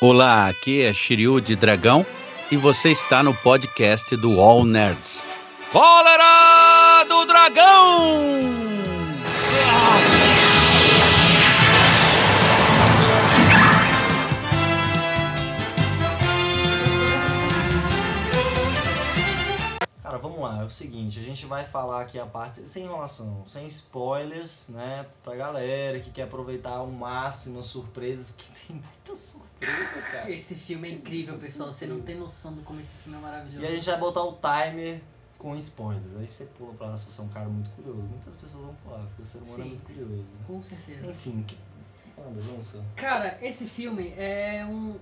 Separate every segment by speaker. Speaker 1: Olá, aqui é Shiryu de Dragão e você está no podcast do All Nerds. Cólera do Dragão!
Speaker 2: Cara, vamos lá, é o seguinte, a gente vai falar aqui a parte sem enrolação, sem spoilers, né? Pra galera que quer aproveitar ao máximo as surpresas, que tem muita surpresa, cara.
Speaker 3: Esse filme é incrível, pessoal. Você não tem noção de como esse filme é maravilhoso.
Speaker 2: E a gente vai botar o timer com spoilers. Aí você pula pra lá, vocês são um cara muito curioso. Muitas pessoas vão pular, porque o ser humano é
Speaker 3: Sim.
Speaker 2: muito curioso. né?
Speaker 3: Com certeza.
Speaker 2: Enfim, que... anda, lança.
Speaker 3: Cara, esse filme é um,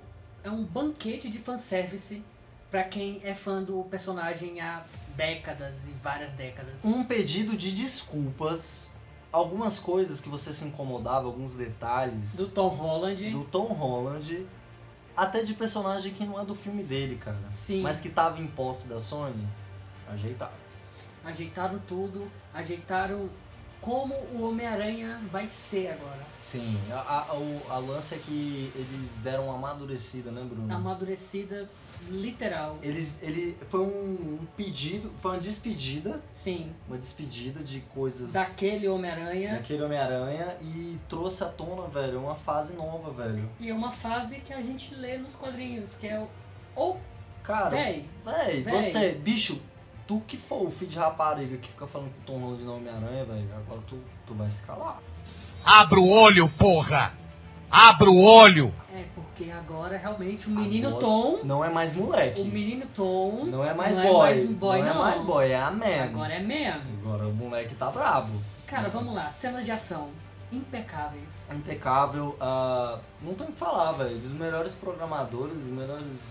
Speaker 3: é um banquete de fanservice pra quem é fã do personagem há décadas e várias décadas.
Speaker 2: um pedido de desculpas, algumas coisas que você se incomodava, alguns detalhes
Speaker 3: Do Tom Holland.
Speaker 2: do Tom Holland, até de personagem que não é do filme dele, cara.
Speaker 3: Sim,
Speaker 2: Mas que tava em posse da Sony, ajeitado.
Speaker 3: ajeitaram tudo, ajeitaram como o Homem-Aranha vai ser agora.
Speaker 2: Sim, a, a, o- a lance é que eles deram uma amadurecida, né, Bruno?
Speaker 3: Amadurecida, literal.
Speaker 2: Eles, ele foi um, um pedido, foi uma despedida,
Speaker 3: Sim,
Speaker 2: uma despedida de coisas
Speaker 3: daquele Homem-Aranha.
Speaker 2: daquele Homem-Aranha e trouxe à tona, velho, uma fase nova, velho.
Speaker 3: E é uma fase que a gente lê nos quadrinhos, que é o. Ou,
Speaker 2: Cara,
Speaker 3: véi,
Speaker 2: Véi,
Speaker 3: Véi.
Speaker 2: você, bicho, tu que for o filho de rapariga que fica falando com o Tom Holland no Homem-Aranha, velho, agora tu, tu vai se calar.
Speaker 4: Abra o olho, porra! Abra o olho!
Speaker 3: É, porque agora realmente o menino
Speaker 2: Agora-
Speaker 3: Tom.
Speaker 2: Não é mais
Speaker 3: O
Speaker 2: moleque.
Speaker 3: menino Tom.
Speaker 2: Não é mais
Speaker 3: não
Speaker 2: boy.
Speaker 3: É mais um boy, não.
Speaker 2: é mais boy, é a Meg.
Speaker 3: Agora é mesmo.
Speaker 2: Agora o moleque tá brabo.
Speaker 3: Cara, vamos lá. Cenas de ação impecáveis.
Speaker 2: Impecável. ah, não tem o que falar, velho. Os melhores programadores, os melhores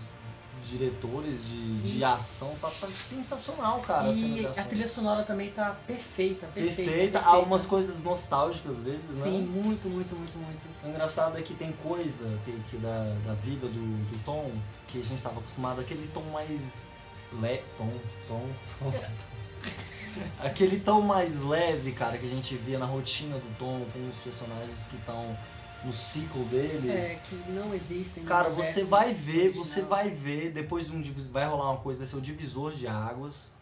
Speaker 2: diretores de, de ação. Tá, tá sensacional, cara. a cena
Speaker 3: e
Speaker 2: de
Speaker 3: a
Speaker 2: ação.
Speaker 3: trilha sonora também tá perfeita, perfeita.
Speaker 2: perfeita. Algumas coisas nostálgicas às vezes, né?
Speaker 3: Sim, muito, muito, muito, muito.
Speaker 2: O engraçado é que tem coisa que, que da, da vida do, do Tom que a gente tava acostumado, aquele tom mais leve. Tom, tom, tom. aquele tom mais leve, cara, que a gente via na rotina do Tom, com os personagens que estão no ciclo dele.
Speaker 3: É, que não existem. no
Speaker 2: Cara,
Speaker 3: universo
Speaker 2: você vai ver,
Speaker 3: original.
Speaker 2: você vai ver, depois de um divis- vai rolar uma coisa, vai ser o divisor de águas.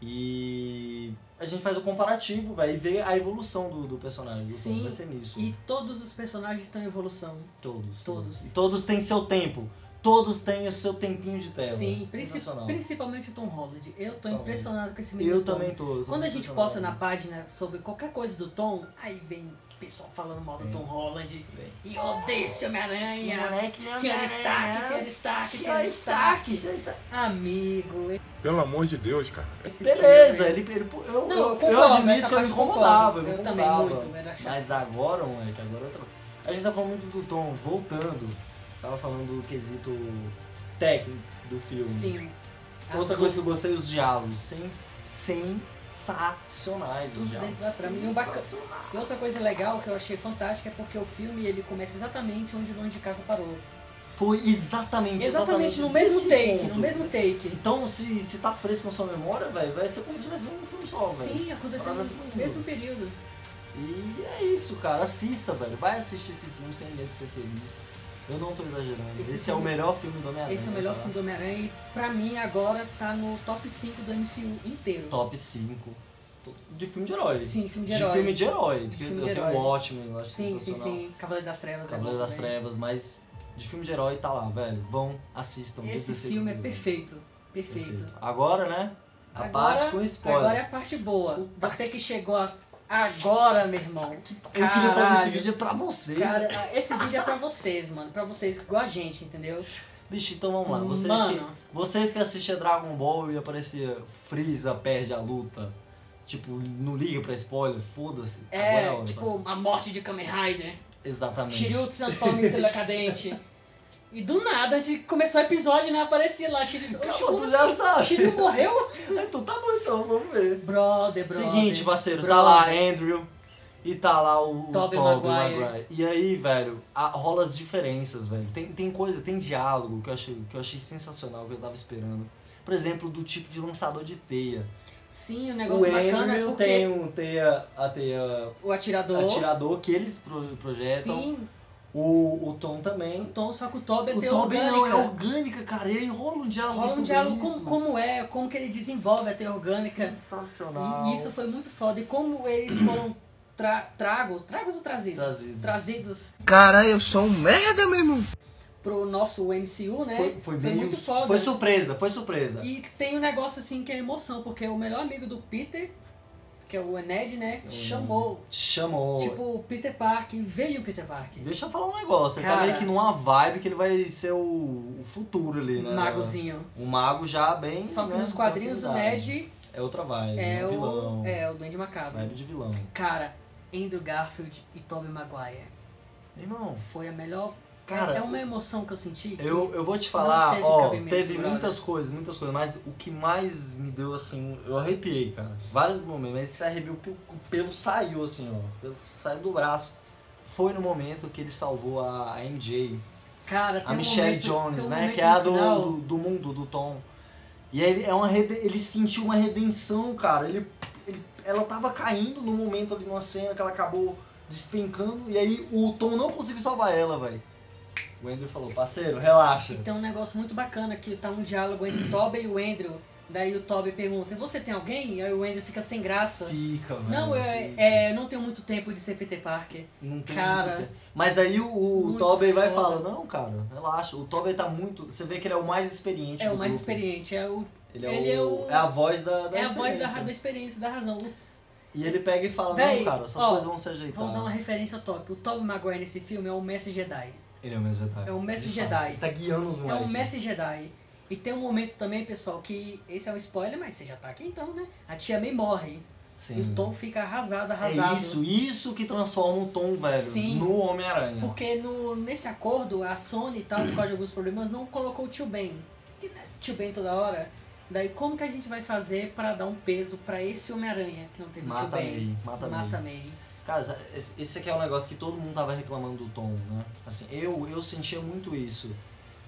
Speaker 2: E a gente faz o comparativo, vai e vê a evolução do, do personagem. do Tom.
Speaker 3: Sim,
Speaker 2: vai ser nisso.
Speaker 3: E todos os personagens estão em evolução.
Speaker 2: Todos.
Speaker 3: Todos.
Speaker 2: E todos têm seu tempo. Todos têm o seu tempinho de tela.
Speaker 3: Sim, princi-
Speaker 2: É, Sensacional.
Speaker 3: principalmente o Tom Holland. Eu tô
Speaker 2: Tom.
Speaker 3: impressionado com esse menino.
Speaker 2: Eu
Speaker 3: Tom.
Speaker 2: também tô.
Speaker 3: Quando a gente posta na página sobre qualquer coisa do Tom, aí vem o pessoal falando mal do
Speaker 2: Vem.
Speaker 3: Tom Holland.
Speaker 2: Vem.
Speaker 3: E eu odeio esse Homem-Aranha. Senhor Stark,
Speaker 2: é Senhor
Speaker 3: senhor Stark, senhor
Speaker 2: Stark,
Speaker 3: Stark.
Speaker 2: Stark, senhor Stark.
Speaker 3: Amigo,
Speaker 4: Pelo amor de Deus, cara.
Speaker 3: esse
Speaker 2: Beleza,
Speaker 3: filme-
Speaker 2: ele, ele eu,
Speaker 3: Não,
Speaker 2: eu,
Speaker 3: eu concordo,
Speaker 2: admito
Speaker 3: essa
Speaker 2: que eu me
Speaker 3: parte eu
Speaker 2: incomodava.
Speaker 3: concordo.
Speaker 2: me
Speaker 3: Eu também
Speaker 2: incomodava.
Speaker 3: muito, era chato.
Speaker 2: Mas agora, moleque, agora eu tô... A gente tá falando muito do Tom, voltando. Tava falando do quesito técnico do filme.
Speaker 3: Sim.
Speaker 2: Hum. Outra
Speaker 3: As
Speaker 2: coisa que eu gostei, os diálogos. Sim, sensacionais os
Speaker 3: Tudo dentro
Speaker 2: diálogos.
Speaker 3: da trama. E o é um bacana-
Speaker 2: Sensacional.
Speaker 3: E outra coisa legal que eu achei fantástica é porque o filme ele começa exatamente onde o Longe de Casa parou.
Speaker 2: Foi exatamente,
Speaker 3: Exatamente no mesmo
Speaker 2: nesse
Speaker 3: take,
Speaker 2: ponto.
Speaker 3: no mesmo take.
Speaker 2: Então, se, se tá fresco na sua memória, velho, vai ser como se tivesse visto um filme só, velho.
Speaker 3: Sim, aconteceu
Speaker 2: Parada
Speaker 3: no
Speaker 2: tudo.
Speaker 3: mesmo período.
Speaker 2: E é isso, cara. Assista, velho. Vai assistir esse filme sem medo de ser feliz. Eu não tô exagerando.
Speaker 3: Esse
Speaker 2: Esse, é o
Speaker 3: filme-
Speaker 2: melhor filme do Homem-Aranha.
Speaker 3: Esse é o melhor
Speaker 2: tá?
Speaker 3: filme do Homem-Aranha e pra mim agora tá no top 5 do MCU inteiro.
Speaker 2: Top 5. De filme de herói.
Speaker 3: Sim, filme de
Speaker 2: de
Speaker 3: herói.
Speaker 2: filme de herói.
Speaker 3: De
Speaker 2: porque
Speaker 3: filme
Speaker 2: eu
Speaker 3: de
Speaker 2: tenho
Speaker 3: herói.
Speaker 2: o Watchmen, eu acho
Speaker 3: Sim, sim,
Speaker 2: sensacional.
Speaker 3: sim. Cavaleiro das Trevas. é
Speaker 2: Cavaleiro
Speaker 3: bom
Speaker 2: das
Speaker 3: também.
Speaker 2: Trevas, mas de filme de herói tá lá, velho. Vão, assistam. um dia
Speaker 3: Esse
Speaker 2: 16
Speaker 3: filme é
Speaker 2: de dezembro.
Speaker 3: perfeito. Perfeito.
Speaker 2: Agora, né? A
Speaker 3: Agora-
Speaker 2: parte com spoiler.
Speaker 3: Agora é a parte boa. Você que chegou a- agora, meu irmão.
Speaker 2: Eu queria fazer esse
Speaker 3: é Caralho.
Speaker 2: vídeo pra vocês.
Speaker 3: Cara, esse vídeo é pra vocês, mano. Pra vocês, igual a gente, entendeu?
Speaker 2: Bicho, então vamos lá. Vocês,
Speaker 3: Mano.
Speaker 2: que, vocês que assistem Dragon Ball e aparecia Freeza perde a luta. Tipo, não liga pra spoiler, foda-se.
Speaker 3: É,
Speaker 2: Agora a hora
Speaker 3: tipo,
Speaker 2: pra-
Speaker 3: a morte de Kamen Rider.
Speaker 2: Exatamente.
Speaker 3: Shiryu se transforma em estrela cadente. E do nada, antes de começar o episódio, né? Aparecia lá, Shiryu.
Speaker 2: Calma,
Speaker 3: Oxe,
Speaker 2: tu
Speaker 3: como
Speaker 2: já
Speaker 3: assim?
Speaker 2: sabe.
Speaker 3: Shiryu morreu?
Speaker 2: Então tá bom então, vamos ver.
Speaker 3: Brother, brother.
Speaker 2: Seguinte, parceiro, tá
Speaker 3: brother.
Speaker 2: lá Andrew e tá lá o, o
Speaker 3: Tobey
Speaker 2: Tobey
Speaker 3: Maguire.
Speaker 2: Maguire. E aí, velho, a- rola as diferenças, velho. Tem, tem coisa, tem diálogo que eu, achei, que eu achei sensacional, que eu tava esperando. Por exemplo, do tipo de lançador de teia.
Speaker 3: Sim, o
Speaker 2: O
Speaker 3: negócio bacana é
Speaker 2: Andrew
Speaker 3: porque
Speaker 2: tem um teia, a teia
Speaker 3: o atirador.
Speaker 2: atirador que eles pro- projetam.
Speaker 3: Sim,
Speaker 2: O, o Tom também.
Speaker 3: O Tom, só que o Toby é
Speaker 2: O
Speaker 3: teor
Speaker 2: Toby não, é
Speaker 3: orgânica.
Speaker 2: orgânica, cara. E aí rola um diálogo
Speaker 3: Rola um
Speaker 2: sobre
Speaker 3: diálogo
Speaker 2: isso.
Speaker 3: como, como é, como que ele desenvolve a teia orgânica.
Speaker 2: Sensacional.
Speaker 3: E isso foi muito foda. E como eles foram tra tragos, tragos ou trazidos?
Speaker 2: Trazidos.
Speaker 3: Trazidos
Speaker 5: Cara, eu sou um merda, meu irmão.
Speaker 3: pro nosso MCU, né?
Speaker 2: Foi, foi meio...
Speaker 3: muito foda.
Speaker 2: Foi surpresa, foi surpresa.
Speaker 3: E tem um negócio assim que é emoção, porque o melhor amigo do Peter, que é o Ned, né?
Speaker 2: Hum.
Speaker 3: Chamou.
Speaker 2: Chamou.
Speaker 3: Tipo, o Peter Park, veio o Peter Park.
Speaker 2: Deixa eu falar um negócio. Ele tá
Speaker 3: Cara.
Speaker 2: meio que numa vibe que ele vai ser o, o futuro ali, né?
Speaker 3: Magozinho.
Speaker 2: Um mago já bem.
Speaker 3: Só que
Speaker 2: né,
Speaker 3: nos quadrinhos o
Speaker 2: tranquilidade.
Speaker 3: Ned
Speaker 2: É outra vibe.
Speaker 3: é
Speaker 2: um
Speaker 3: o,
Speaker 2: vilão.
Speaker 3: é o Duende Macabro.
Speaker 2: Vibe de vilão.
Speaker 3: Cara, Andrew Garfield e Tobey Maguire
Speaker 2: Irmão,
Speaker 3: foi a melhor.
Speaker 2: Cara,
Speaker 3: é uma emoção que eu senti. que-
Speaker 2: Eu, eu vou te
Speaker 3: Não
Speaker 2: falar,
Speaker 3: teve
Speaker 2: ó,
Speaker 3: cabimento
Speaker 2: teve
Speaker 3: por hora.
Speaker 2: muitas coisas, muitas coisas, mas o que mais me deu assim, eu arrepiei, cara. Vários momentos, mas esse arrepio que o pelo saiu assim, ó, o pelo saiu do braço. Foi no momento que ele salvou a, a MJ,
Speaker 3: Cara, tem
Speaker 2: a
Speaker 3: um
Speaker 2: Michelle
Speaker 3: momento- tem
Speaker 2: Jones,
Speaker 3: um
Speaker 2: né,
Speaker 3: momento
Speaker 2: que é a
Speaker 3: no
Speaker 2: do,
Speaker 3: final-
Speaker 2: do, do mundo do Tom. E aí ele é uma rede- ele sentiu uma redenção, cara. Ele, ele- ela tava caindo no momento ali numa cena que ela acabou despencando e aí o Tom não conseguiu salvar ela, velho. O Andrew falou: "Parceiro, relaxa".
Speaker 3: E tem um negócio muito bacana que tá um diálogo entre o Toby e o Andrew. Daí o Toby pergunta, você tem alguém? Aí o Andrew fica sem graça.
Speaker 2: Fica, velho.
Speaker 3: Não, eu
Speaker 2: fica.
Speaker 3: é, não tenho muito tempo de ser Peter Parker.
Speaker 2: Não tem muito
Speaker 3: cara,
Speaker 2: tempo. Mas aí o, o
Speaker 3: muito
Speaker 2: Tobey vai e
Speaker 3: foda.
Speaker 2: fala, não, cara, relaxa. O Tobey tá muito. Você vê que ele é o mais experiente.
Speaker 3: É
Speaker 2: do
Speaker 3: o mais
Speaker 2: grupo.
Speaker 3: experiente, é, o,
Speaker 2: Ele é,
Speaker 3: Ele é
Speaker 2: o,
Speaker 3: o-
Speaker 2: é a voz da, da
Speaker 3: é a voz da,
Speaker 2: experiência.
Speaker 3: ra- da experiência, da razão. O-
Speaker 2: E ele pega e fala,
Speaker 3: Véi,
Speaker 2: não, cara, essas
Speaker 3: ó,
Speaker 2: coisas vão se ajeitar.
Speaker 3: Vou dar uma referência top. O Tobey Maguire nesse filme é o Messi Jedi.
Speaker 2: Ele é o Messi Jedi.
Speaker 3: É o Messi
Speaker 2: Ele
Speaker 3: Jedi.
Speaker 2: fala, Tá guiando os
Speaker 3: É
Speaker 2: moleques.
Speaker 3: o Messi Jedi. E tem um momento também, pessoal, que esse é um spoiler, mas você já tá aqui então, né? A tia May morre.
Speaker 2: Sim.
Speaker 3: E o Tom fica arrasado,
Speaker 2: É
Speaker 3: arrasado.
Speaker 2: isso, isso que transforma o Tom, velho,
Speaker 3: Sim.
Speaker 2: no Homem-Aranha.
Speaker 3: Porque no, nesse acordo, a Sony e tal, por causa de alguns problemas, não colocou o tio Ben. Que né, tio Ben toda hora. Daí como que a gente vai fazer pra dar um peso pra esse Homem-Aranha que não teve o tio
Speaker 2: Mata
Speaker 3: Ben?
Speaker 2: May, mata, May.
Speaker 3: Mata May.
Speaker 2: Cara, esse esse aqui é um negócio que todo mundo tava reclamando do Tom, né? Assim, eu, eu sentia muito isso.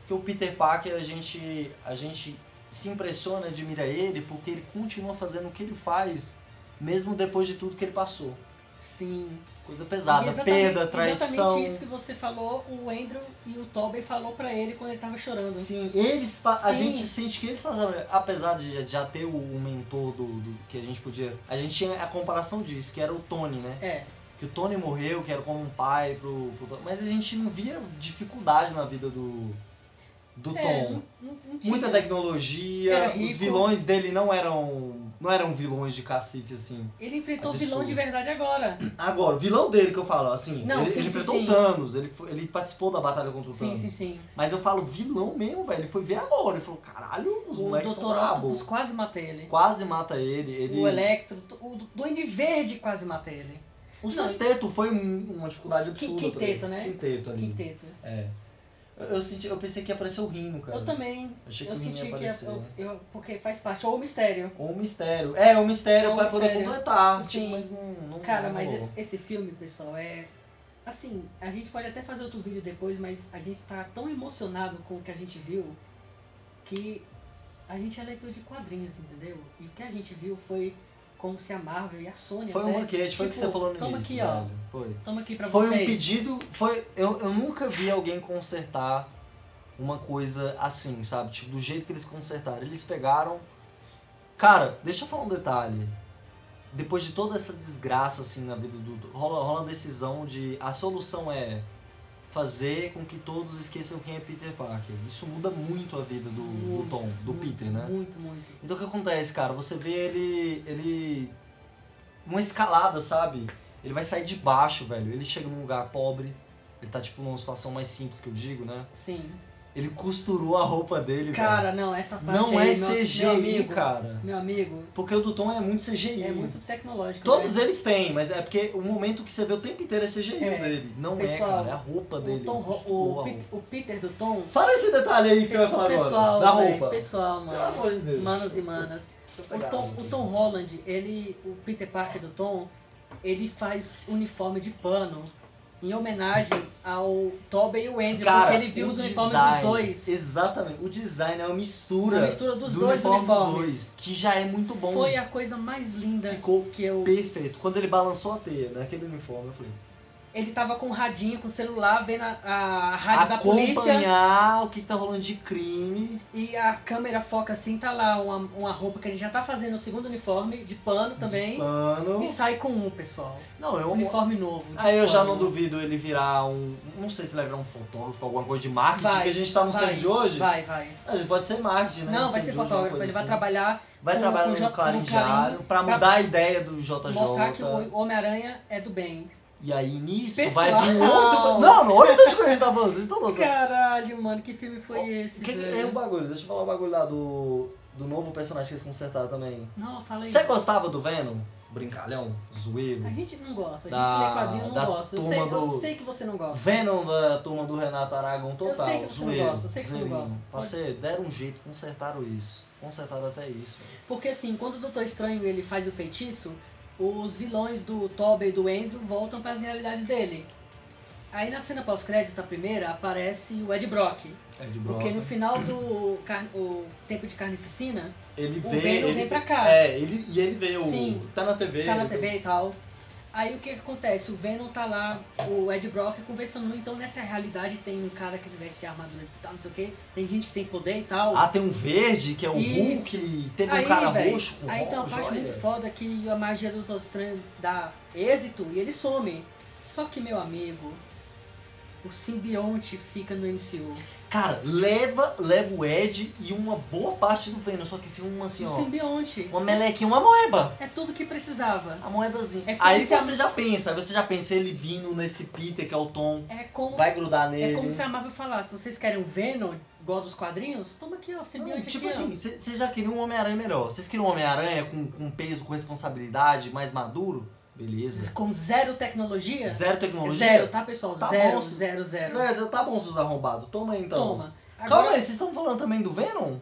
Speaker 2: Porque o Peter Parker, a gente, a gente se impressiona, admira ele, porque ele continua fazendo o que ele faz, mesmo depois de tudo que ele passou.
Speaker 3: Sim.
Speaker 2: Coisa
Speaker 3: E
Speaker 2: pesada,
Speaker 3: exatamente-
Speaker 2: perda, traição.
Speaker 3: Exatamente isso que você falou, o Andrew e o Tobey falou pra ele quando ele tava chorando.
Speaker 2: Sim, eles, fa- a
Speaker 3: Sim.
Speaker 2: gente sente que eles fazem, apesar de já ter o o mentor do, do- que a gente podia, a gente tinha a comparação disso, que era o Tony, né?
Speaker 3: É,
Speaker 2: que o Tony morreu, que era como um pai pro, pro Tony. Mas a gente não via dificuldade na vida do, do
Speaker 3: é
Speaker 2: Tom.
Speaker 3: não- não- não tinha.
Speaker 2: Muita
Speaker 3: Era
Speaker 2: tecnologia,
Speaker 3: rico.
Speaker 2: os vilões dele não eram não eram vilões de cacife, assim.
Speaker 3: Ele enfrentou o vilão
Speaker 2: Absurdo.
Speaker 3: de verdade agora.
Speaker 2: Agora, o vilão dele que eu falo, assim,
Speaker 3: Não,
Speaker 2: ele,
Speaker 3: sim,
Speaker 2: ele
Speaker 3: sim,
Speaker 2: enfrentou
Speaker 3: sim.
Speaker 2: o Thanos, ele, foi- ele participou da batalha contra o
Speaker 3: Sim,
Speaker 2: Thanos.
Speaker 3: sim, sim.
Speaker 2: Mas eu falo vilão mesmo, velho, ele foi ver agora, ele falou, caralho, os
Speaker 3: O
Speaker 2: moleques são
Speaker 3: Dr. Octopus
Speaker 2: brabos.
Speaker 3: quase mata ele.
Speaker 2: Quase mata ele, ele...
Speaker 3: O Electro, o Duende Verde quase mata ele.
Speaker 2: O
Speaker 3: Não,
Speaker 2: sexteto foi um- uma dificuldade
Speaker 3: Os qui-
Speaker 2: absurda pra
Speaker 3: quinteto,
Speaker 2: ele.
Speaker 3: né?
Speaker 2: Quinteto ali.
Speaker 3: Quinteto.
Speaker 2: É. Eu, eu senti, eu pensei que ia aparecer o Rino, cara.
Speaker 3: Eu também.
Speaker 2: Achei que
Speaker 3: Eu
Speaker 2: o Rino
Speaker 3: senti
Speaker 2: ia
Speaker 3: que
Speaker 2: aparecer.
Speaker 3: eu, eu- porque faz parte. Ou o mistério.
Speaker 2: Ou um mistério. É, um mistério
Speaker 3: Ou um
Speaker 2: pra poder
Speaker 3: mistério.
Speaker 2: completar.
Speaker 3: Sim.
Speaker 2: Tipo, mas não, não
Speaker 3: Cara,
Speaker 2: não
Speaker 3: mas
Speaker 2: rolou.
Speaker 3: esse, esse filme, pessoal, é. Assim, a gente pode até fazer outro vídeo depois, mas a gente tá tão emocionado com o que a gente viu que a gente é leitor de quadrinhos, entendeu? E o que a gente viu foi como se a Marvel e a Sony
Speaker 2: Foi
Speaker 3: até,
Speaker 2: um banquete, foi o que
Speaker 3: tipo,
Speaker 2: você falou no
Speaker 3: toma
Speaker 2: início.
Speaker 3: aqui, ó.
Speaker 2: velho. Foi.
Speaker 3: Toma aqui pra
Speaker 2: Foi um
Speaker 3: vocês.
Speaker 2: pedido. Foi, eu, eu nunca vi alguém consertar uma coisa assim, sabe? Tipo, do jeito que eles consertaram. Eles pegaram. Cara, deixa eu falar um detalhe. Depois de toda essa desgraça, assim, na vida do. do- Rola, rola uma decisão de. A solução é fazer com que todos esqueçam quem é Peter Parker. Isso muda muito a vida do, do Tom, do
Speaker 3: Muito,
Speaker 2: Peter, né?
Speaker 3: Muito, muito.
Speaker 2: Então o que acontece, cara? Você vê ele. ele. uma escalada, sabe? Ele vai sair de baixo, velho. Ele chega num lugar pobre. Ele tá tipo numa situação mais simples que eu digo, né?
Speaker 3: Sim.
Speaker 2: Ele costurou a roupa dele,
Speaker 3: Cara, não, essa
Speaker 2: velho.
Speaker 3: parte
Speaker 2: Não
Speaker 3: aí,
Speaker 2: é
Speaker 3: meu-
Speaker 2: CGI,
Speaker 3: meu amigo,
Speaker 2: cara.
Speaker 3: Meu amigo,
Speaker 2: Porque o do Tom é muito CGI.
Speaker 3: é muito tecnológico.
Speaker 2: Todos
Speaker 3: né?
Speaker 2: eles têm, mas é porque o momento que você vê o tempo inteiro é CGI
Speaker 3: É.
Speaker 2: dele. Não
Speaker 3: Pessoal,
Speaker 2: é, cara. É a roupa dele.
Speaker 3: o, Tom,
Speaker 2: ele
Speaker 3: Ho-
Speaker 2: costurou
Speaker 3: o,
Speaker 2: a
Speaker 3: Pit-
Speaker 2: roupa.
Speaker 3: o Peter do Tom.
Speaker 2: Fala esse detalhe aí que você vai falar
Speaker 3: Pessoal, pessoal,
Speaker 2: agora. Da
Speaker 3: velho,
Speaker 2: roupa.
Speaker 3: pessoal,
Speaker 2: Pelo
Speaker 3: mano.
Speaker 2: amor de Deus.
Speaker 3: Manos e manas. O Tom, o Tom Holland, ele, o Peter Parker do Tom, ele faz uniforme de pano em homenagem ao Tobey e o Andrew,
Speaker 2: Cara,
Speaker 3: porque ele viu
Speaker 2: o
Speaker 3: os uniformes
Speaker 2: design,
Speaker 3: dos dois.
Speaker 2: Exatamente. O design é uma mistura.
Speaker 3: Uma mistura dos
Speaker 2: do
Speaker 3: dois
Speaker 2: uniforme dos
Speaker 3: uniformes.
Speaker 2: dois, que já é muito bom.
Speaker 3: Foi a coisa mais linda
Speaker 2: Ficou
Speaker 3: que eu
Speaker 2: perfeito. Quando ele balançou a teia naquele né, uniforme, eu falei,
Speaker 3: ele tava com o radinho, com o celular, vendo a, a rádio da polícia.
Speaker 2: Acompanhar o que que tá rolando de crime.
Speaker 3: E a câmera foca assim, tá lá uma, uma roupa que ele já tá fazendo o segundo uniforme, de pano também.
Speaker 2: Mano.
Speaker 3: E sai com um, pessoal.
Speaker 2: Não, eu.
Speaker 3: Uniforme novo. de
Speaker 2: Aí eu já
Speaker 3: pano.
Speaker 2: não duvido ele virar um. Não sei se ele vai virar um fotógrafo, alguma coisa de marketing,
Speaker 3: Vai,
Speaker 2: que a gente tá nos
Speaker 3: vai,
Speaker 2: tempos de hoje.
Speaker 3: Vai, vai.
Speaker 2: Mas pode ser marketing, né?
Speaker 3: Não,
Speaker 2: Nos
Speaker 3: vai
Speaker 2: tempos
Speaker 3: ser
Speaker 2: de hoje,
Speaker 3: fotógrafo,
Speaker 2: uma coisa
Speaker 3: ele vai
Speaker 2: assim.
Speaker 3: trabalhar.
Speaker 2: Vai
Speaker 3: com-
Speaker 2: trabalhar
Speaker 3: com
Speaker 2: no
Speaker 3: jo- com
Speaker 2: Clarindiário
Speaker 3: Clarim,
Speaker 2: pra
Speaker 3: pra-
Speaker 2: mudar a ideia do JJ.
Speaker 3: Mostrar que o Homem-Aranha é do bem.
Speaker 2: E aí nisso vai
Speaker 3: Pessoal!
Speaker 2: vir outro. Não, não, olha o tanto de coisa que ele tá falando, vocês estão loucos.
Speaker 3: Caralho, mano, que filme foi esse?
Speaker 2: O que, que é
Speaker 3: velho?
Speaker 2: o bagulho? Deixa eu falar o bagulho lá do, do novo personagem que eles consertaram também.
Speaker 3: Não, fala aí.
Speaker 2: Você gostava do Venom? Brincalhão? Zoeiro?
Speaker 3: A gente não gosta, a gente
Speaker 2: Da-
Speaker 3: que lê quadrinho não
Speaker 2: da
Speaker 3: gosta. Eu
Speaker 2: turma
Speaker 3: sei, eu
Speaker 2: do-
Speaker 3: sei que você não gosta.
Speaker 2: Venom da turma do Renato Aragão total.
Speaker 3: Eu sei que você não
Speaker 2: zoeiro,
Speaker 3: gosta, eu sei que você não
Speaker 2: zoeirinho.
Speaker 3: gosta.
Speaker 2: Parceiro, deram um jeito, consertaram isso. Consertaram até isso. velho.
Speaker 3: Porque assim, quando o Doutor Estranho ele faz o feitiço, os vilões do Tobey e do Andrew voltam para as realidades dele. Aí na cena pós-crédito, da primeira, aparece o Ed Brock.
Speaker 2: É de
Speaker 3: Porque no
Speaker 2: broca.
Speaker 3: final do car- o Tempo de Carnificina,
Speaker 2: Ele
Speaker 3: o
Speaker 2: vê.
Speaker 3: Venom
Speaker 2: ele,
Speaker 3: vem pra cá.
Speaker 2: É, ele, e ele vê o.
Speaker 3: Sim.
Speaker 2: Tá na TV.
Speaker 3: tá na
Speaker 2: ele vê
Speaker 3: TV e tal. Aí o que que acontece? O Venom tá lá, o Ed Brock conversando. Então nessa realidade tem um cara que se veste de armadura e tal, não sei o quê. Tem gente que tem poder e tal.
Speaker 2: Ah, tem um verde, que é o
Speaker 3: Isso.
Speaker 2: Hulk, teve
Speaker 3: aí,
Speaker 2: um cara
Speaker 3: véi,
Speaker 2: roxo com
Speaker 3: Aí
Speaker 2: ro-
Speaker 3: tem uma parte
Speaker 2: joia.
Speaker 3: muito foda que a magia do Doutor Estranho dá êxito e ele some. Só que, meu amigo, o simbionte fica no MCU.
Speaker 2: Cara, leva, leva o Ed e uma boa parte do Venom, só que fica uma assim,
Speaker 3: o
Speaker 2: ó.
Speaker 3: simbionte
Speaker 2: Uma melequinha, uma moeba.
Speaker 3: é tudo que precisava.
Speaker 2: A moebazinha.
Speaker 3: É como
Speaker 2: aí
Speaker 3: se a-
Speaker 2: você já pensa, aí você já pensa ele vindo nesse Peter, que é o Tom,
Speaker 3: É como,
Speaker 2: vai
Speaker 3: se,
Speaker 2: grudar
Speaker 3: é
Speaker 2: nele.
Speaker 3: como se a Marvel falasse, vocês querem o Venom, igual dos quadrinhos? Toma aqui, ó,
Speaker 2: Não,
Speaker 3: simbionte
Speaker 2: tipo
Speaker 3: aqui, ó.
Speaker 2: assim, vocês já queriam um Homem-Aranha melhor. Vocês queriam um Homem-Aranha com, com peso, com responsabilidade, mais maduro? Beleza.
Speaker 3: Com zero tecnologia? É
Speaker 2: Zero tecnologia?
Speaker 3: Zero, tá, pessoal?
Speaker 2: Tá
Speaker 3: zero,
Speaker 2: bom, se-
Speaker 3: zero, zero.
Speaker 2: Zé, Tá bom, seus arrombados. Toma aí então.
Speaker 3: Toma.
Speaker 2: Calma aí, vocês estão falando também do Venom?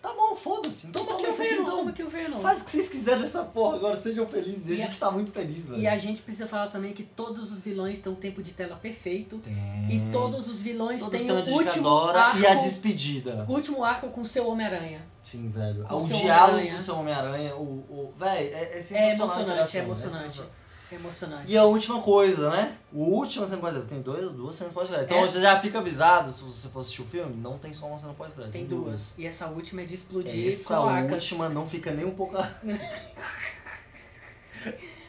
Speaker 2: Tá bom, foda-se. Então
Speaker 3: Toma
Speaker 2: toma
Speaker 3: aqui o
Speaker 2: esse aqui
Speaker 3: Venom, toma
Speaker 2: então.
Speaker 3: aqui o Venom.
Speaker 2: Faz o que vocês quiserem dessa porra agora, sejam felizes. E
Speaker 3: E
Speaker 2: a
Speaker 3: a-
Speaker 2: gente tá muito feliz, velho.
Speaker 3: E a gente precisa falar também que todos os vilões têm um tempo de tela perfeito.
Speaker 2: Tem.
Speaker 3: E todos os vilões
Speaker 2: Hum. Todos
Speaker 3: têm
Speaker 2: têm uma
Speaker 3: o último
Speaker 2: dedicadora
Speaker 3: arco,
Speaker 2: e a despedida.
Speaker 3: último arco com seu Homem-Aranha.
Speaker 2: Sim, velho.
Speaker 3: Com
Speaker 2: o
Speaker 3: o seu
Speaker 2: diálogo
Speaker 3: Homem-Aranha.
Speaker 2: do seu Homem-Aranha, o. o... Véi, é, é
Speaker 3: É
Speaker 2: sensacional. a
Speaker 3: emocionante,
Speaker 2: interação,
Speaker 3: é
Speaker 2: né?
Speaker 3: emocionante.
Speaker 2: sensacional.
Speaker 3: É emocionante.
Speaker 2: E a última coisa, né? O último cena pós-crédito. Tem dois, duas cenas pós-crédito. Então
Speaker 3: É.
Speaker 2: você já fica avisado se você for assistir o filme. Não tem só uma cena pós-crédito.
Speaker 3: Tem duas. E essa última é de explodir
Speaker 2: Essa
Speaker 3: com arcas.
Speaker 2: última não fica nem um pouco. a-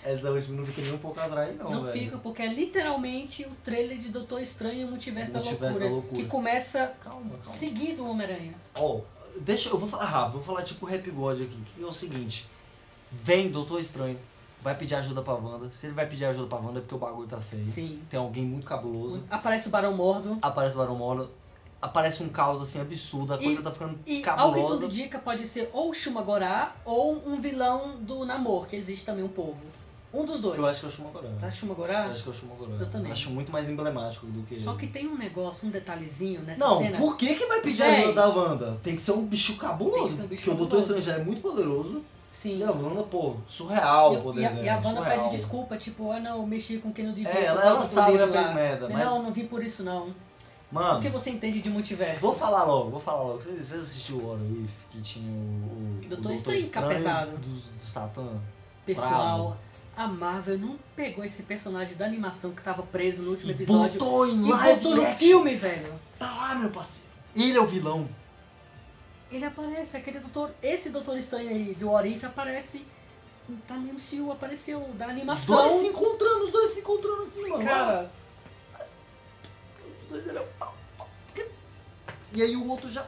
Speaker 2: Essa última não fica nem um pouco atrás, não,
Speaker 3: Não
Speaker 2: velho.
Speaker 3: fica, porque é literalmente o trailer de Doutor Estranho e o Multiverso,
Speaker 2: Multiverso
Speaker 3: da,
Speaker 2: da
Speaker 3: loucura,
Speaker 2: Loucura.
Speaker 3: Que começa
Speaker 2: Calma, calma.
Speaker 3: seguido o Homem-Aranha.
Speaker 2: Ó, deixa. Eu vou falar rápido, vou falar tipo Rap God aqui, que é o seguinte. Vem, Doutor Estranho. Vai pedir ajuda pra Wanda. Se ele vai pedir ajuda pra Wanda é porque o bagulho tá feio.
Speaker 3: Sim.
Speaker 2: Tem alguém muito cabuloso.
Speaker 3: Aparece o Barão Mordo.
Speaker 2: Aparece o Barão Mordo. Aparece um caos assim absurdo. A
Speaker 3: E-
Speaker 2: coisa tá ficando
Speaker 3: E ao que tudo
Speaker 2: cabulosa.
Speaker 3: indica, pode ser ou Shuma Gorá ou um vilão do Namor, que existe também um povo. Um dos dois.
Speaker 2: Eu acho que é o Shumagorã.
Speaker 3: Tá Shuma Gorá?
Speaker 2: Eu acho que é o Shumagorã.
Speaker 3: Eu também.
Speaker 2: Acho muito mais emblemático do que. é
Speaker 3: Só que tem um negócio, um detalhezinho nessa
Speaker 2: Não,
Speaker 3: cena.
Speaker 2: por que que vai pedir
Speaker 3: Véi.
Speaker 2: ajuda da Wanda? Tem que ser um bicho cabuloso.
Speaker 3: Tem que ser um bicho
Speaker 2: porque o Doutor
Speaker 3: cabuloso.
Speaker 2: Estranho já é muito poderoso.
Speaker 3: Sim.
Speaker 2: E a Wanda, pô, surreal
Speaker 3: E-
Speaker 2: o poder
Speaker 3: e, a,
Speaker 2: dela.
Speaker 3: e a Wanda
Speaker 2: surreal.
Speaker 3: pede desculpa, tipo, ah não, eu mexi com quem não devia.
Speaker 2: É,
Speaker 3: por
Speaker 2: ela,
Speaker 3: causa
Speaker 2: ela
Speaker 3: do
Speaker 2: sabe que
Speaker 3: vírus
Speaker 2: ela fez
Speaker 3: lá.
Speaker 2: merda, mas.
Speaker 3: Não, eu não vi por isso não. O
Speaker 2: Mano, é,
Speaker 3: que você entende de multiverso?
Speaker 2: vou falar logo, vou falar logo. Vocês, vocês assistiram o What If, que tinha o. o
Speaker 3: Doutor
Speaker 2: o Doutor
Speaker 3: Estranho capetado.
Speaker 2: do, do Satã?
Speaker 3: Pessoal, a Marvel não pegou esse personagem da animação que tava preso no último episódio.
Speaker 2: Botou em
Speaker 3: e
Speaker 2: live
Speaker 3: botou no
Speaker 2: action.
Speaker 3: filme, velho.
Speaker 2: Tá lá, meu parceiro. Ele é o vilão.
Speaker 3: Ele aparece, aquele doutor. Esse doutor estranho aí do Orif aparece. Tá no MCU, apareceu da
Speaker 2: Os
Speaker 3: animação.
Speaker 2: dois se encontrando, os dois se encontrando assim, mano.
Speaker 3: Cara,
Speaker 2: Os dois eram pau, pau. E aí o outro já.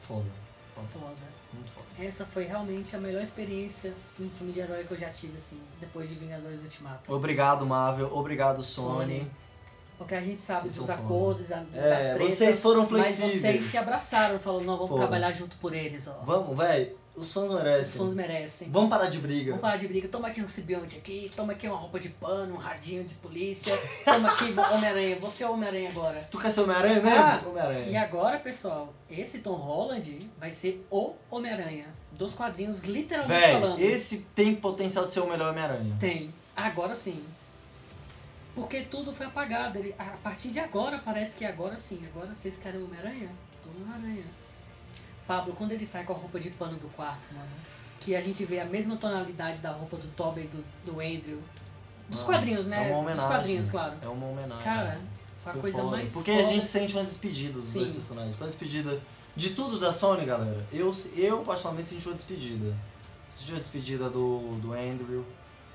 Speaker 2: Foda. Foda.
Speaker 3: foda.
Speaker 2: Muito foda.
Speaker 3: Essa foi realmente a melhor experiência em filme de herói que eu já tive, assim, depois de Vingadores Ultimato.
Speaker 2: Obrigado, Marvel. Obrigado, Sony.
Speaker 3: Sony. Porque a gente sabe
Speaker 2: Vocês
Speaker 3: dos
Speaker 2: são foda.
Speaker 3: acordos, a- das
Speaker 2: É,
Speaker 3: tretas,
Speaker 2: vocês foram
Speaker 3: mas
Speaker 2: flexíveis.
Speaker 3: vocês se abraçaram, falando, não, vamos
Speaker 2: Foram.
Speaker 3: trabalhar junto por eles, ó.
Speaker 2: Vamos, velho. Os fãs
Speaker 3: Os
Speaker 2: merecem.
Speaker 3: fãs merecem.
Speaker 2: Vamos parar de briga.
Speaker 3: Vamos parar de briga, toma aqui um simbionte aqui, toma aqui uma roupa de pano, um radinho de polícia, toma aqui Homem-Aranha, você é Homem-Aranha agora.
Speaker 2: Tu quer ser Homem-Aranha
Speaker 3: Ah,
Speaker 2: mesmo?
Speaker 3: E
Speaker 2: é Homem-Aranha.
Speaker 3: agora, pessoal, esse Tom Holland vai ser o Homem-Aranha, dos quadrinhos, literalmente
Speaker 2: Véi,
Speaker 3: falando.
Speaker 2: esse tem potencial de ser o melhor Homem-Aranha.
Speaker 3: Tem. Agora sim. Porque tudo foi apagado. Ele, a partir de agora, parece que agora sim. Agora vocês querem o Homem-Aranha? Toma o Aranha. Pablo, quando ele sai com a roupa de pano do quarto, mano, que a gente vê a mesma tonalidade da roupa do Tobey e do, do Andrew, Dos
Speaker 2: Não,
Speaker 3: quadrinhos, né?
Speaker 2: É uma
Speaker 3: Dos
Speaker 2: homenagem.
Speaker 3: quadrinhos, claro.
Speaker 2: É uma homenagem.
Speaker 3: Cara, foi a
Speaker 2: Foi
Speaker 3: coisa
Speaker 2: foda.
Speaker 3: mais.
Speaker 2: Porque a
Speaker 3: foda. assim,
Speaker 2: gente sente uma despedida dos
Speaker 3: Sim.
Speaker 2: dois personagens. Foi uma despedida de tudo da Sony, galera. Eu, eu particularmente, senti uma despedida. Senti uma despedida do, do Andrew,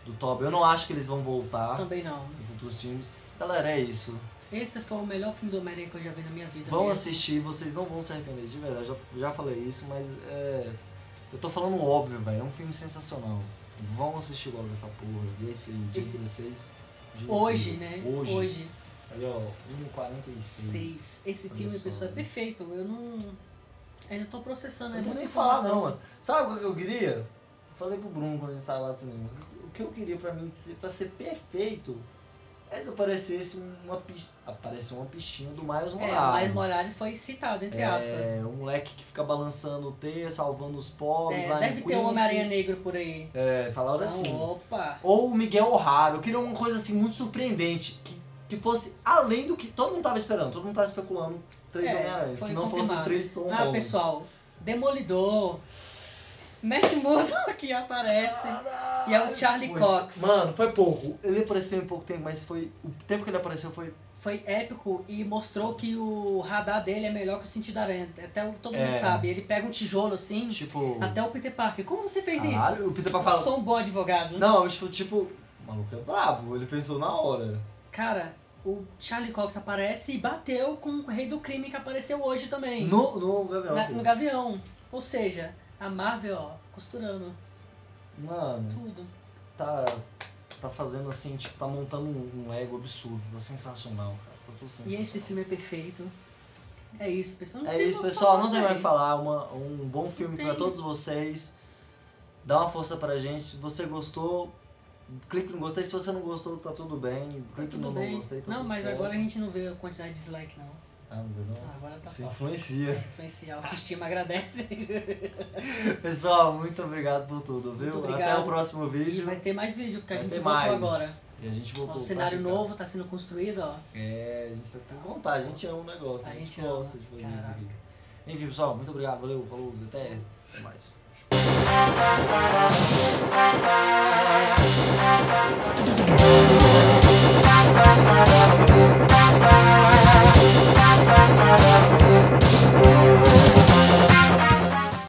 Speaker 2: do Toby. Eu não acho que eles vão voltar
Speaker 3: Também não.
Speaker 2: em futuros filmes. Galera, é isso.
Speaker 3: Esse foi o melhor filme do Homem-Aranha que eu já vi na minha vida. né?
Speaker 2: Vão
Speaker 3: mesmo.
Speaker 2: assistir, vocês não vão se arrepender, de verdade. Já, já falei isso, mas é. Eu tô falando óbvio, velho. É um filme sensacional. Vão assistir logo essa porra. E esse dia
Speaker 3: Esse-
Speaker 2: 16 de
Speaker 3: Hoje,
Speaker 2: outubro.
Speaker 3: né?
Speaker 2: Hoje.
Speaker 3: Hoje.
Speaker 2: Olha, ó, 1h46.
Speaker 3: Seis. Esse
Speaker 2: Olha
Speaker 3: filme,
Speaker 2: só.
Speaker 3: pessoal, é perfeito. Eu não. Ainda tô processando, é
Speaker 2: Não vou
Speaker 3: muita
Speaker 2: nem falar
Speaker 3: informação.
Speaker 2: não, mano. Sabe o que eu queria? Eu Falei pro Bruno quando a gente saiu lá do cinema. O que eu queria pra mim, ser- pra ser perfeito, é se aparecesse uma pis- apareceu uma pistinha do Miles Morales.
Speaker 3: É, o Miles Morales foi citado, entre aspas.
Speaker 2: É, um moleque que fica balançando o T, salvando os pobres
Speaker 3: É,
Speaker 2: lá
Speaker 3: deve
Speaker 2: em
Speaker 3: ter
Speaker 2: Quincy.
Speaker 3: um Homem-Aranha Negro por aí.
Speaker 2: É, falaram
Speaker 3: Então,
Speaker 2: assim.
Speaker 3: opa!
Speaker 2: Ou o Miguel O'Hara. Eu queria uma coisa assim muito surpreendente, que, que fosse além do que todo mundo tava esperando. Todo mundo tava especulando três
Speaker 3: É,
Speaker 2: Homem-Aranhas,
Speaker 3: foi
Speaker 2: que não fossem
Speaker 3: confirmado.
Speaker 2: três Tom
Speaker 3: Ah,
Speaker 2: Hollands.
Speaker 3: pessoal, Demolidor, Matt Murdock que aparece. E é o Charlie
Speaker 2: Foi.
Speaker 3: Cox.
Speaker 2: Mano, foi pouco. Ele apareceu em pouco tempo, mas foi. O tempo que ele apareceu foi.
Speaker 3: Foi épico e mostrou que o radar dele é melhor que o sentido da aranha. Até o- todo
Speaker 2: É.
Speaker 3: mundo sabe. Ele pega um tijolo assim,
Speaker 2: Tipo.
Speaker 3: até o Peter Parker. Como você fez isso?
Speaker 2: caralho, o Peter Parker
Speaker 3: Eu
Speaker 2: falou.
Speaker 3: sou um bom advogado.
Speaker 2: Não, tipo, tipo. O maluco é brabo, ele pensou na hora.
Speaker 3: Cara, o Charlie Cox aparece e bateu com o rei do crime que apareceu hoje também.
Speaker 2: No, no Gavião.
Speaker 3: Na-
Speaker 2: pô.
Speaker 3: no Gavião. Ou seja, a Marvel, ó, costurando
Speaker 2: Mano,
Speaker 3: tudo.
Speaker 2: tá. Tá fazendo assim, tipo, tá montando um, um Lego absurdo. Tá sensacional, cara. Tá tudo sensacional.
Speaker 3: E esse filme é perfeito. É isso, pessoal. Não
Speaker 2: É
Speaker 3: tem
Speaker 2: isso,
Speaker 3: mais o que
Speaker 2: pessoal.
Speaker 3: falar,
Speaker 2: Não tem mais o que
Speaker 3: velho.
Speaker 2: falar. Uma- um bom filme
Speaker 3: Não
Speaker 2: pra
Speaker 3: tem.
Speaker 2: todos vocês. Dá uma força pra gente. Se você gostou, clique no gostei. Se você não gostou, tá tudo bem. Clique
Speaker 3: Tudo
Speaker 2: no
Speaker 3: bem.
Speaker 2: não gostei, tá
Speaker 3: não,
Speaker 2: tudo
Speaker 3: mas
Speaker 2: certo.
Speaker 3: agora a gente não vê a quantidade de dislike, não.
Speaker 2: Ah, não viu, não?
Speaker 3: Ah, agora tá
Speaker 2: Se
Speaker 3: fácil.
Speaker 2: influencia.
Speaker 3: É, influencia, a autoestima agradece.
Speaker 2: Pessoal, muito obrigado por tudo, viu?
Speaker 3: Muito obrigado.
Speaker 2: Até o próximo
Speaker 3: E
Speaker 2: vídeo.
Speaker 3: vai ter mais vídeo, porque a
Speaker 2: Vai
Speaker 3: gente
Speaker 2: ter
Speaker 3: voltou
Speaker 2: mais.
Speaker 3: agora.
Speaker 2: E a gente voltou.
Speaker 3: Nosso
Speaker 2: pra
Speaker 3: cenário
Speaker 2: ficar.
Speaker 3: novo tá sendo construído, ó.
Speaker 2: É, a gente tá tendo que contar. A gente ama o negócio.
Speaker 3: A
Speaker 2: A, gente,
Speaker 3: gente ama.
Speaker 2: gosta de fazer isso
Speaker 3: Caraca.
Speaker 2: aqui. Enfim, pessoal, muito obrigado. Valeu, falou, até, até mais.